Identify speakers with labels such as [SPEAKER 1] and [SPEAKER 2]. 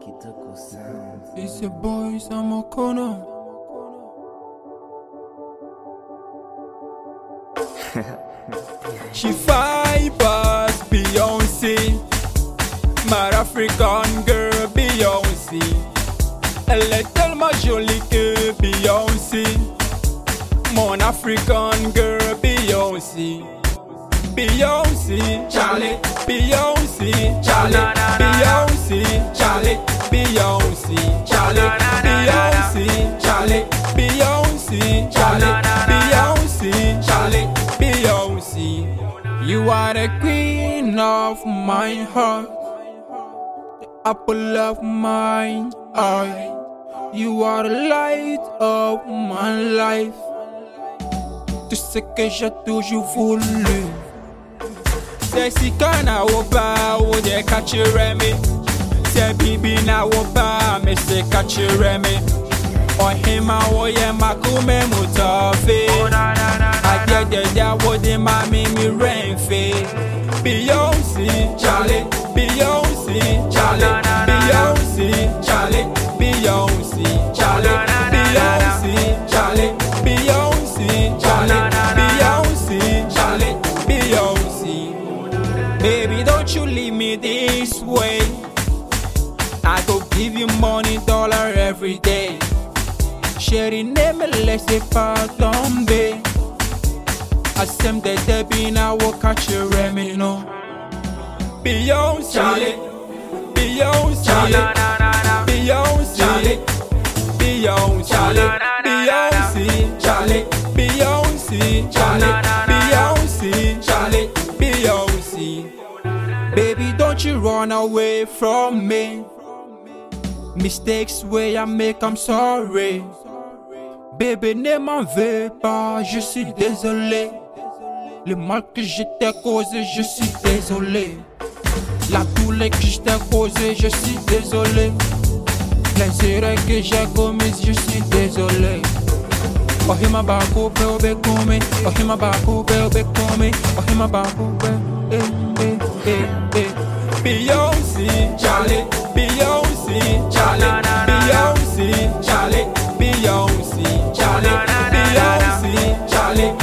[SPEAKER 1] Tactical sounds.
[SPEAKER 2] It's your boys, I'm a corner. she fibers Beyonce, my African girl Beyoncé. Elle est tellement jolie que Beyoncé, mon African girl Beyoncé. Beyoncé, Charlie, Beyoncé, Charlie, Beyoncé, Charlie, Beyoncé, Charlie, Beyoncé, Charlie, Beyoncé, Charlie, Beyoncé, Charlie, Beyoncé. You are the queen of my heart, the apple of my eye. You are the light of my life. Tout ce que j'ai toujours voulu. Sexy can I woba, would they catch you remy? Say baby na woba, me say catch you remy. On him I woye makume mutafi. I get the da would the mommy me renfe. Beyonce, Charlie, Beyonce, Charlie, Beyonce, Charlie, Beyonce, Charlie, Beyonce, Charlie, Beyonce, Charlie, Beyonce, Charlie, Beyonce. Baby, don't you leave me this way. I go give you money, dollar every day. Chérie, ne me laissez pas tomber. Assem de Debina will catch a remino. Beyoncé, Charlie. Beyoncé, Charlie. Beyoncé, Charlie. Beyoncé, Charlie. Beyoncé, Charlie. Beyoncé, Charlie. Beyoncé, Charlie. Beyoncé. Baby, don't you run away from me. Mistakes where I make, I'm sorry. Bébé, ne m'en veux pas, je suis désolé. Le mal que je t'ai causé, je suis désolé. La douleur que je t'ai causée, je suis désolé. Les erreurs que j'ai commises, je suis désolé. Oh, him a baku, baby, call me. Oh, him a baku, baby, call me. Oh, him a baku, baby, eh, eh, eh, eh. Beyoncé, Charlie, Beyoncé, Charlie, Beyoncé, Charlie, Beyoncé, Charlie, Beyoncé, Charlie,